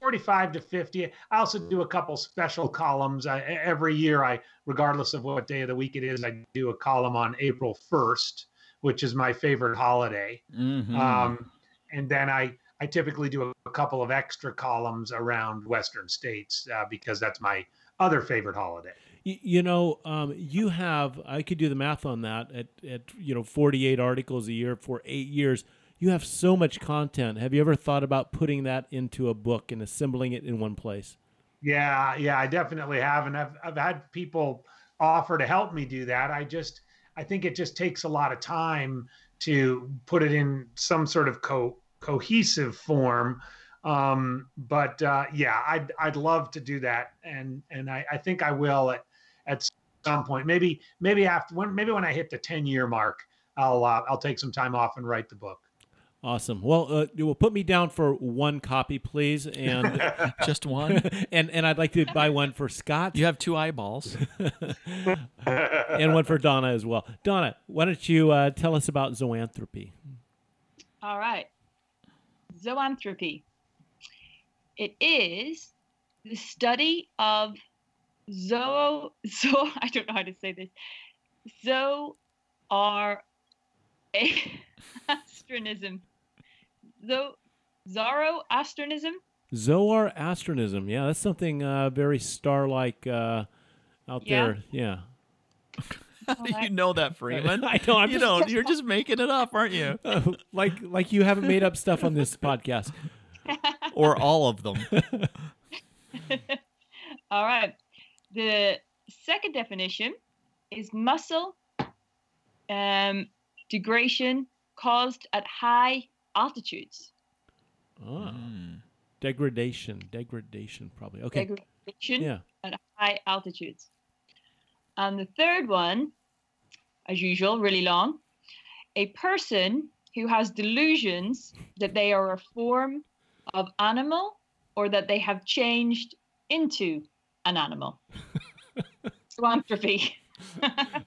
45 to fifty. I also do a couple special columns I, e, every year. I, regardless of what day of the week it is, I do a column on April first, which is my favorite holiday. Mhm. Um, and then I, I typically do a, a couple of extra columns around Western states uh, because that's my other favorite holiday. Y- You know, um, you have, I could do the math on that at, at, you know, 48 articles a year for eight years. You have so much content. Have you ever thought about putting that into a book and assembling it in one place? Yeah, yeah, I definitely have, and I've I've had people offer to help me do that. I just I think it just takes a lot of time to put it in some sort of co- cohesive form. Um, but uh, yeah, I'd I'd love to do that, and and I, I think I will at at some point. Maybe maybe after when maybe when I hit the ten year mark, I'll uh, I'll take some time off and write the book. Awesome. Well, uh, you will put me down for one copy, please, and Just one. and and I'd like to buy one for Scott You have two eyeballs. and one for Donna as well. Donna, why don't you uh, tell us about zoanthropy? All right. Zoanthropy. It is the study of zoo zoo I don't know how to say this. Zoo are astronism. Zo Zoroastrianism. Zoroastrianism. Yeah, that's something uh, very star-like uh, out Yeah. there. Yeah. How do you know that, Freeman? I know. I'm you just- uh, don't. You're just making it up, aren't you? like like you haven't made up stuff on this podcast. Or all of them. All right. The second definition is muscle um, degradation caused at high altitudes. Ah, Mm. degradation, degradation, probably. Okay. Degradation yeah. at high altitudes. And the third one, as usual, really long. A person who has delusions that they are a form of animal or that they have changed into an animal. Zoanthropy.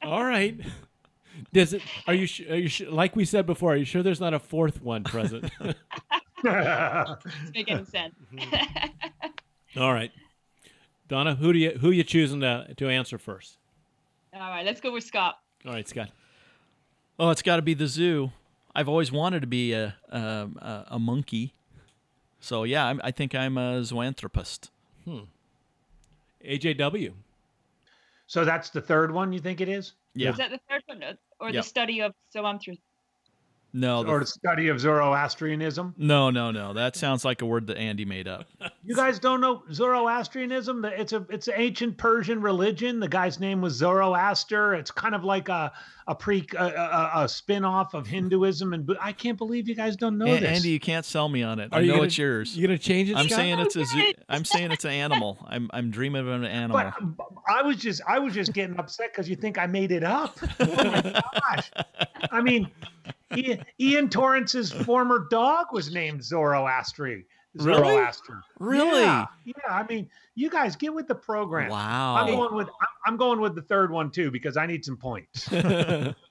All right. Does it? Are you? su- Are you? su- Like we said before, are you sure there's not a fourth one present? Doesn't make any sense. All right, Donna, who do you who you choosing to to answer first? All right, let's go with Scott. All right, Scott. Oh, it's got to be the zoo. I've always wanted to be a um, a, a monkey. So yeah, I'm, I think I'm a zoanthropist. AJW. so that's the third one you think it is? Yeah. Is that the third one? or- Or Yeah. the study of zoanthropy? No, the- Or the study of Zoroastrianism? no, no, no. That sounds like a word that Andy made up. You guys don't know Zoroastrianism? The- It's a it's an ancient Persian religion. The guy's name was Zoroaster. It's kind of like a a pre a, a, a spin off of Hinduism. And Bu- I can't believe you guys don't know A- this. Andy, you can't sell me on it. Are I you know gonna- it's yours. You gonna change it? I'm Scott? saying it's a zoo. Okay. I'm saying it's an animal. I'm I'm dreaming of an animal. but um, uh, I was just I was just getting upset because you think I made it up. Oh my gosh! I mean, I- Ian Torrance's former dog was named Zoroastri. Really? Zoroaster. Really? Yeah. yeah. I mean, you guys get with the program. Wow. I'm going with I'm- I'm going with the third one too because I need some points.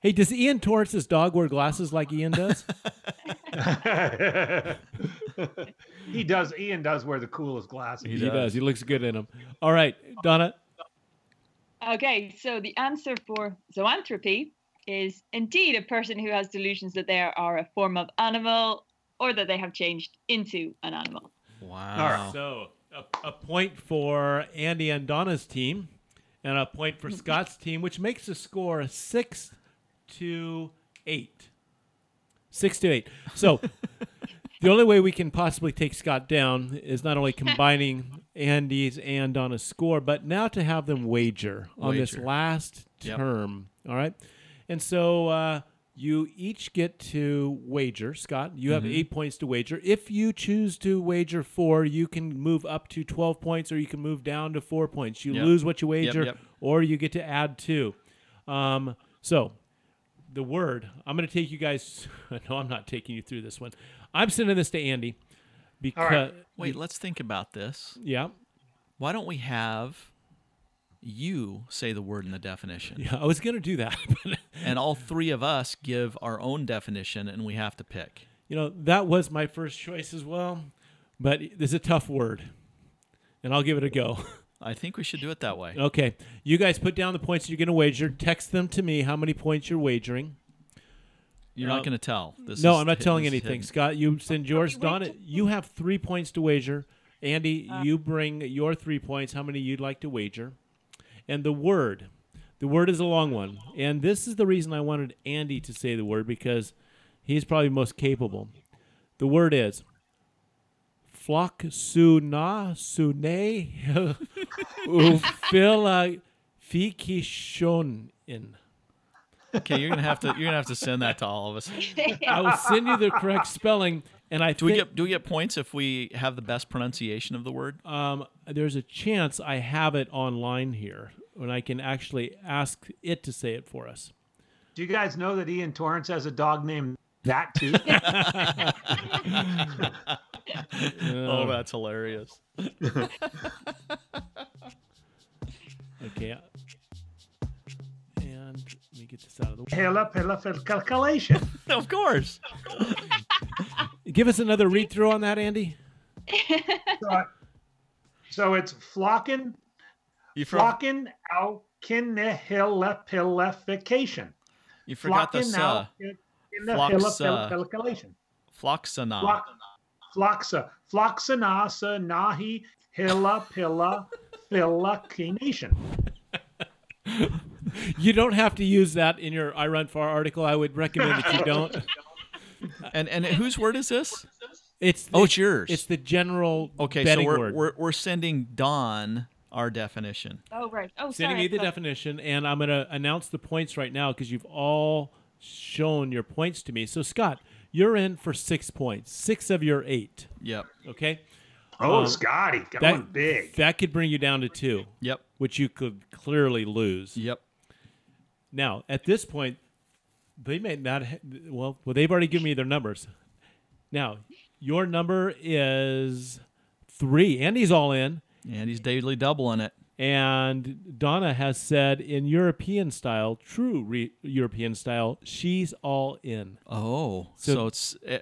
Hey, does Ian Torrance's dog wear glasses like Ian does? he does. Ian does wear the coolest glasses. he does. He looks good in them. All right, Donna. Okay, so the answer for zoanthropy is indeed a person who has delusions that they are a form of animal or that they have changed into an animal. Wow. So a, a point for Andy and Donna's team, and a point for Scott's team, which makes the score six to eight. Six to eight. So the only way we can possibly take Scott down is not only combining Andy's and Donna's score, but now to have them wager on this Wager. last Yep. term. All right. And so uh, you each get to wager, Scott. You Mm-hmm. have eight points to wager. If you choose to wager four, you can move up to 12 points or you can move down to four points. You Yep. lose what you wager yep. or you get to add two. Um, so the word, I'm going to take you guys. no, I'm not taking you through this one. I'm sending this to Andy because, Wait, let's think about this. yeah. Why don't we have you say the word in the definition? Yeah, I was gonna do that, but and all three of us give our own definition and we have to pick. you know that was my first choice as well. But it's a tough word, and I'll give it a go. I think we should do it that way. okay, you guys put down the points you're gonna wager. Text them to me how many points you're wagering. You're Uh, not going to tell. This no, is I'm not hidden- telling this is anything. hidden. Scott, you send yours. Donna, you have three points to wager. Andy, you bring your three points. How many you'd like to wager? And the word, the word is a long one, and this is the reason I wanted Andy to say the word because he's probably most capable. The word is flock suna sune ufila fikishonin. Okay, you're going to have to you're going to have to send that to all of us. I will send you the correct spelling, and I Do we think- get do we get points if we have the best pronunciation of the word? um, there's a chance I have it online here when I can actually ask it to say it for us. Do you guys know that Ian Torrance has a dog named that too? oh, that's hilarious. Okay. And let me get this out of the way. Hela Pela fel calculation. of course. Give us another read through on that, Andy. So, I- so it's flocking, You, for- flocking out kinehilapilification. you forgot the Flocking sa. out kinehilapil- Floxa. calculation. Floxana. Flock, floxa, floxanasa nahi hilapilla filacination. You don't have to use that in your I Run Far article. I would recommend that you don't. And and whose word is this? It's the, Oh, it's yours. it's the general okay, so betting we're, word. we're we're sending Don our definition. Oh, right. Oh, Sending sorry. me the Sorry. definition, and I'm going to announce the points right now because you've all shown your points to me. So, Scott, you're in for six points, six of your eight. Yep. Okay. Oh, Um, Scotty, going That, big. that could bring you down to two, Yep. which you could clearly lose. Yep. Now, at this point, they may not. Ha- well, well, they've already given me their numbers. Now, your number is three. Andy's all in, And he's daily doubling it. and Donna has said in European style, true re- European style, she's all in, Oh, so, So- it's uh,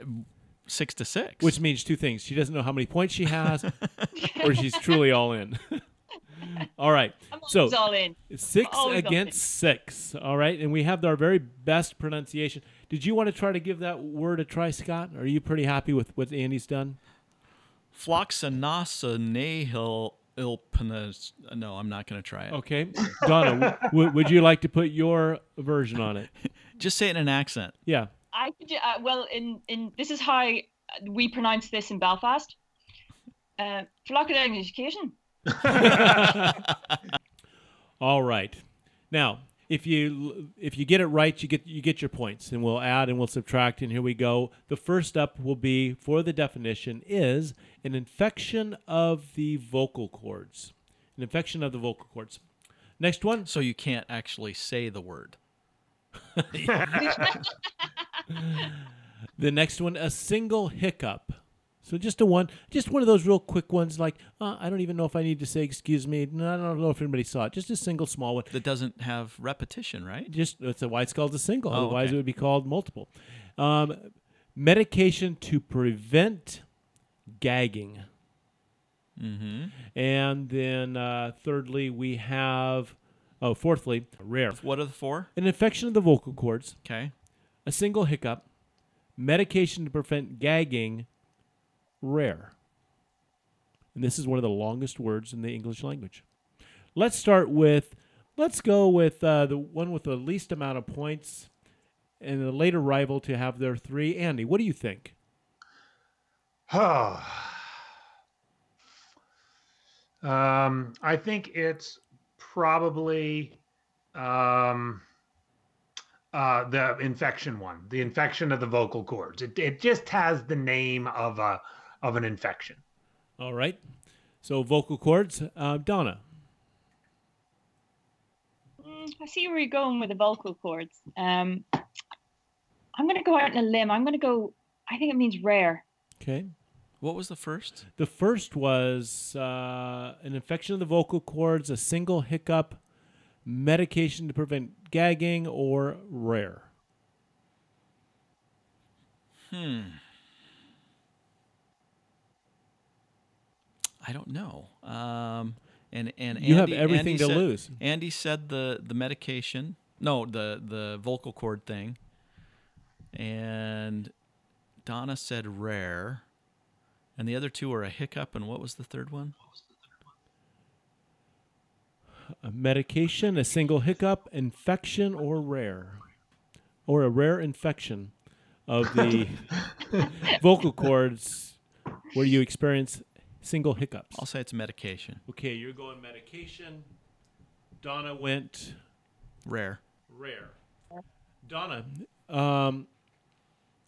six to six. which means two things: she doesn't know how many points she has, or she's truly all in. all right. I'm So always all in. Six Always open. against six. All right. And we have our very best pronunciation. Did you want to try to give that word a try, Scott? Are you pretty happy with what Andy's done? Floxinasanahil ilpinas. No, I'm not going to try it. Okay. Donna, w- would you like to put your version on it? Just say it in an accent. Yeah. I could, ju- uh, well, in, in this is how uh, we pronounce this in Belfast. Uh, Flocadine education. All right. Now, if you if you get it right, you get you get your points, and we'll add and we'll subtract. And here we go. The first up will be for the definition is an infection of the vocal cords, an infection of the vocal cords. Next one. So you can't actually say the word. The next one, a single hiccup. So just a one, just one of those real quick ones. Like uh, I don't even know if I need to say excuse me. No, I don't know if anybody saw it. Just a single small one. That doesn't have repetition, right? just that's why it's called a single. Oh, Otherwise, okay. it would be called multiple. Um, medication to prevent gagging, Mm-hmm. and then uh, thirdly, we have oh, fourthly, rare, What are the four? an infection of the vocal cords, Okay. a single hiccup, medication to prevent gagging, rare. And this is one of the longest words in the English language. Let's start with, let's go with uh, the one with the least amount of points and the later rival to have their three. Andy, what do you think? Oh. Um, I think it's probably um, uh, the infection one, the infection of the vocal cords. It, it just has the name of a of an infection. All right. So vocal cords, uh, Donna. Mm, I see where you're going with the vocal cords. Um, I'm going to go out on a limb. I'm going to go, I think it means rare. Okay. What was the first? The first was uh, an infection of the vocal cords, a single hiccup, medication to prevent gagging, or rare. Hmm. I don't know. Um, and and You have Andy- everything Andy to said- lose. Andy said the the medication. No, the the vocal cord thing. And Donna said rare. And the other two are a hiccup. And what was the third one? A medication, a single hiccup, infection, or rare. Or a rare infection of the vocal cords where you experience single hiccups. I'll say it's medication. Okay, you're going medication. Donna went Rare. rare. Donna, um,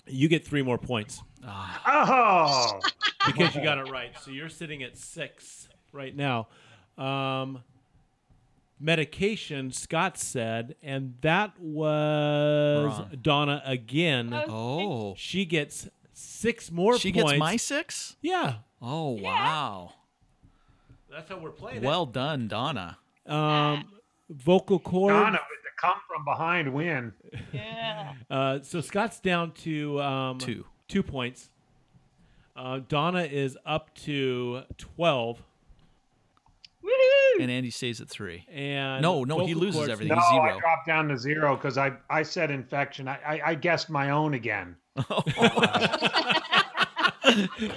you get three more points Ah, Oh, because you got it right. So you're sitting at six right now. Um, medication, Scott said, and that was Wrong. Donna again. Oh. oh. She gets six more She points. gets my six? Yeah, Oh, wow. that's how we're playing. it. Well done, Donna. um, vocal cord. Donna with the come from behind win. Yeah. Uh, so Scott's down to um, Two. two points. Uh, Donna is up to twelve, Woohoo! And Andy stays at three. and No, no, he vocal loses cords- everything. No, He's I zero. dropped down to zero because I I said infection. I, I I guessed my own again.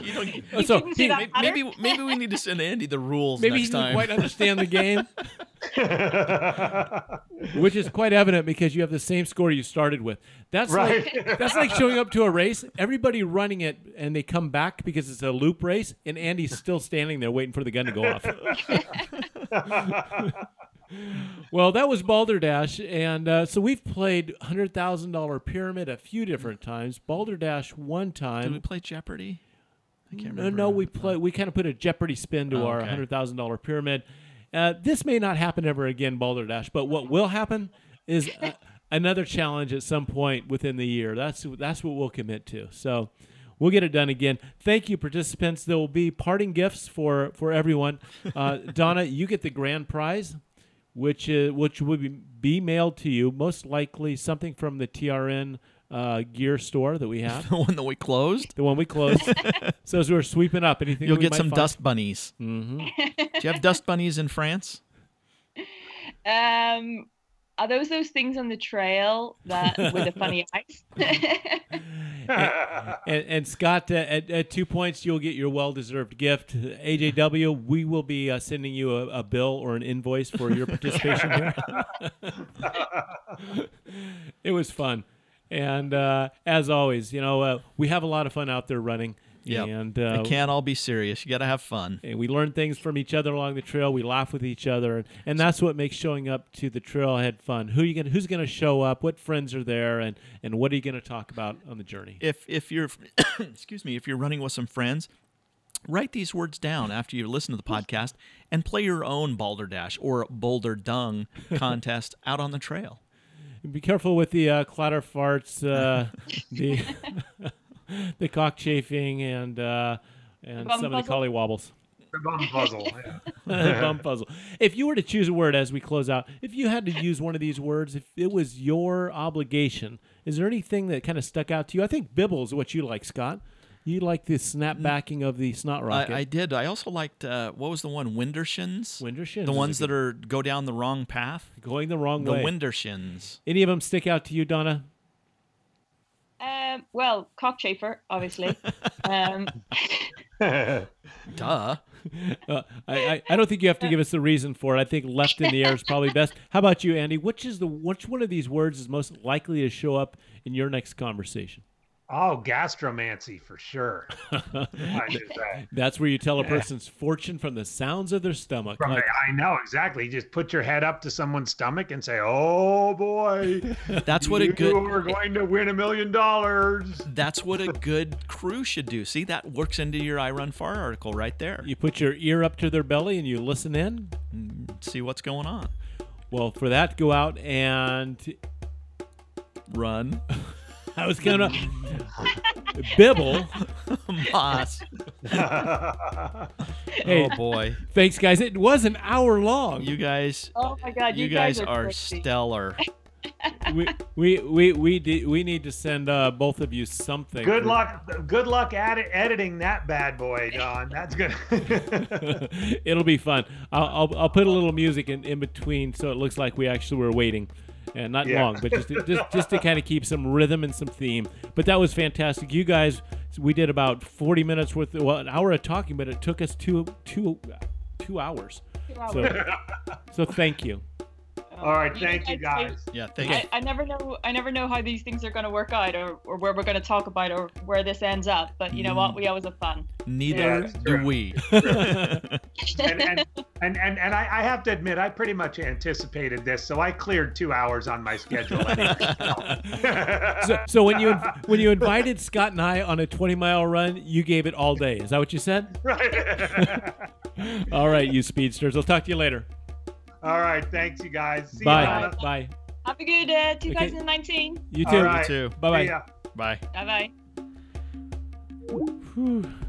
You don't get- Uh, So couldn't see he, that. maybe maybe we need to send Andy the rules maybe he next didn't time. quite understand the game, which is quite evident because you have the same score you started with. That's right. like that's like showing up to a race, everybody running it, and they come back because it's a loop race, and Andy's still standing there waiting for the gun to go off. Well, that was Balderdash, and uh, so we've played hundred thousand dollar pyramid a few different times. Balderdash one Did we time. play Jeopardy? I can't No, remember. no, we play. We kind of put a Jeopardy spin to Oh, our okay. hundred thousand dollar pyramid. Uh, this may not happen ever again, Balderdash, but what will happen is uh, another challenge at some point within the year. That's that's what we'll commit to. So. We'll get it done again. Thank you, participants. There will be parting gifts for for everyone. Uh, Donna, you get the grand prize which is, which would be, be mailed to you, most likely something from the TRN uh, gear store that we have, the one that we closed. the one we closed. so as we're sweeping up, anything You'll we get might some find- dust bunnies. Do you have dust bunnies in France? Um, are those those things on the trail that with the funny eyes? And, and Scott, uh, at, at two points, you'll get your well-deserved gift. AJW, we will be uh, sending you a, a bill or an invoice for your participation here. it was fun, and uh, as always, you know uh, we have a lot of fun out there running. Yep. and uh, it can't all be serious. You got to have fun. and we learn things from each other along the trail. We laugh with each other, and, and that's what makes showing up to the trailhead fun. Who you gonna, who's going to show up? What friends are there? And and what are you going to talk about on the journey? if if you're excuse me if you're running with some friends write these words down after you listen to the podcast and play your own balderdash or boulder dung contest out on the trail Be careful with the uh, clatter farts, uh, the the cock chafing, and uh, and Bum some of the puzzle. collie wobbles. The bum puzzle. yeah. Bum puzzle. If you were to choose a word as we close out, if you had to use one of these words, if it was your obligation, is there anything that kind of stuck out to you? I think bibble is what you like, Scott. You like the snap backing of the snot rocket. I, I did i also liked uh, what was the one windershins Windershins. the ones that are go down the wrong path going the wrong the way. windershins Any of them stick out to you, Donna? um, well, cockchafer, obviously. Um, duh Uh, I, I, I don't think you have to give us the reason for it. I think left in the air is probably best. How about you, Andy? Which is the which one of these words is most likely to show up in your next conversation? oh, gastromancy for sure. I, knew that. That's where you tell a person's fortune from the sounds of their stomach. From Like, the- I know exactly. Just put your head up to someone's stomach and say, "Oh boy, that's what a you good are going to win a million dollars." that's what a good crew should do see that works into your i run far article right there you put your ear up to their belly and you listen in. Mm, see what's going on Well, for that, go out and run I was gonna bibble. moss Hey, oh boy thanks, guys. It was an hour long. you guys oh my god, you, guys, are, crazy. stellar. we we we we, de- we need to send uh, both of you something. Good for- luck. Good luck at it, editing that bad boy, Don. That's good. It'll be fun. I'll, I'll I'll put a little music in, in between so it looks like we actually were waiting. And not Yeah. long, but just to, just just to kind of keep some rhythm and some theme. But that was fantastic. You guys, we did about forty minutes worth, well, an hour of talking, but it took us two two two hours. Two hours. So so thank you. All right, thank you guys. Yeah, thank I, I never know. I never know how these things are going to work out, or, or where we're going to talk about, or where this ends up. But you know Mm. what? We always have fun. Yeah, Neither that's do true. we. and and and, and, and I, I have to admit, I pretty much anticipated this, so I cleared two hours on my schedule. anyway. So, so when you inv- when you invited Scott and I on a twenty mile run, you gave it all day. Is that what you said? Right. All right, you speedsters. I'll talk to you later. All right, thanks you guys. See you, uh, Bye. Donna. Bye. Have a good uh, 2019. You All too. right. Two. Bye See bye. ya. Bye. Bye bye.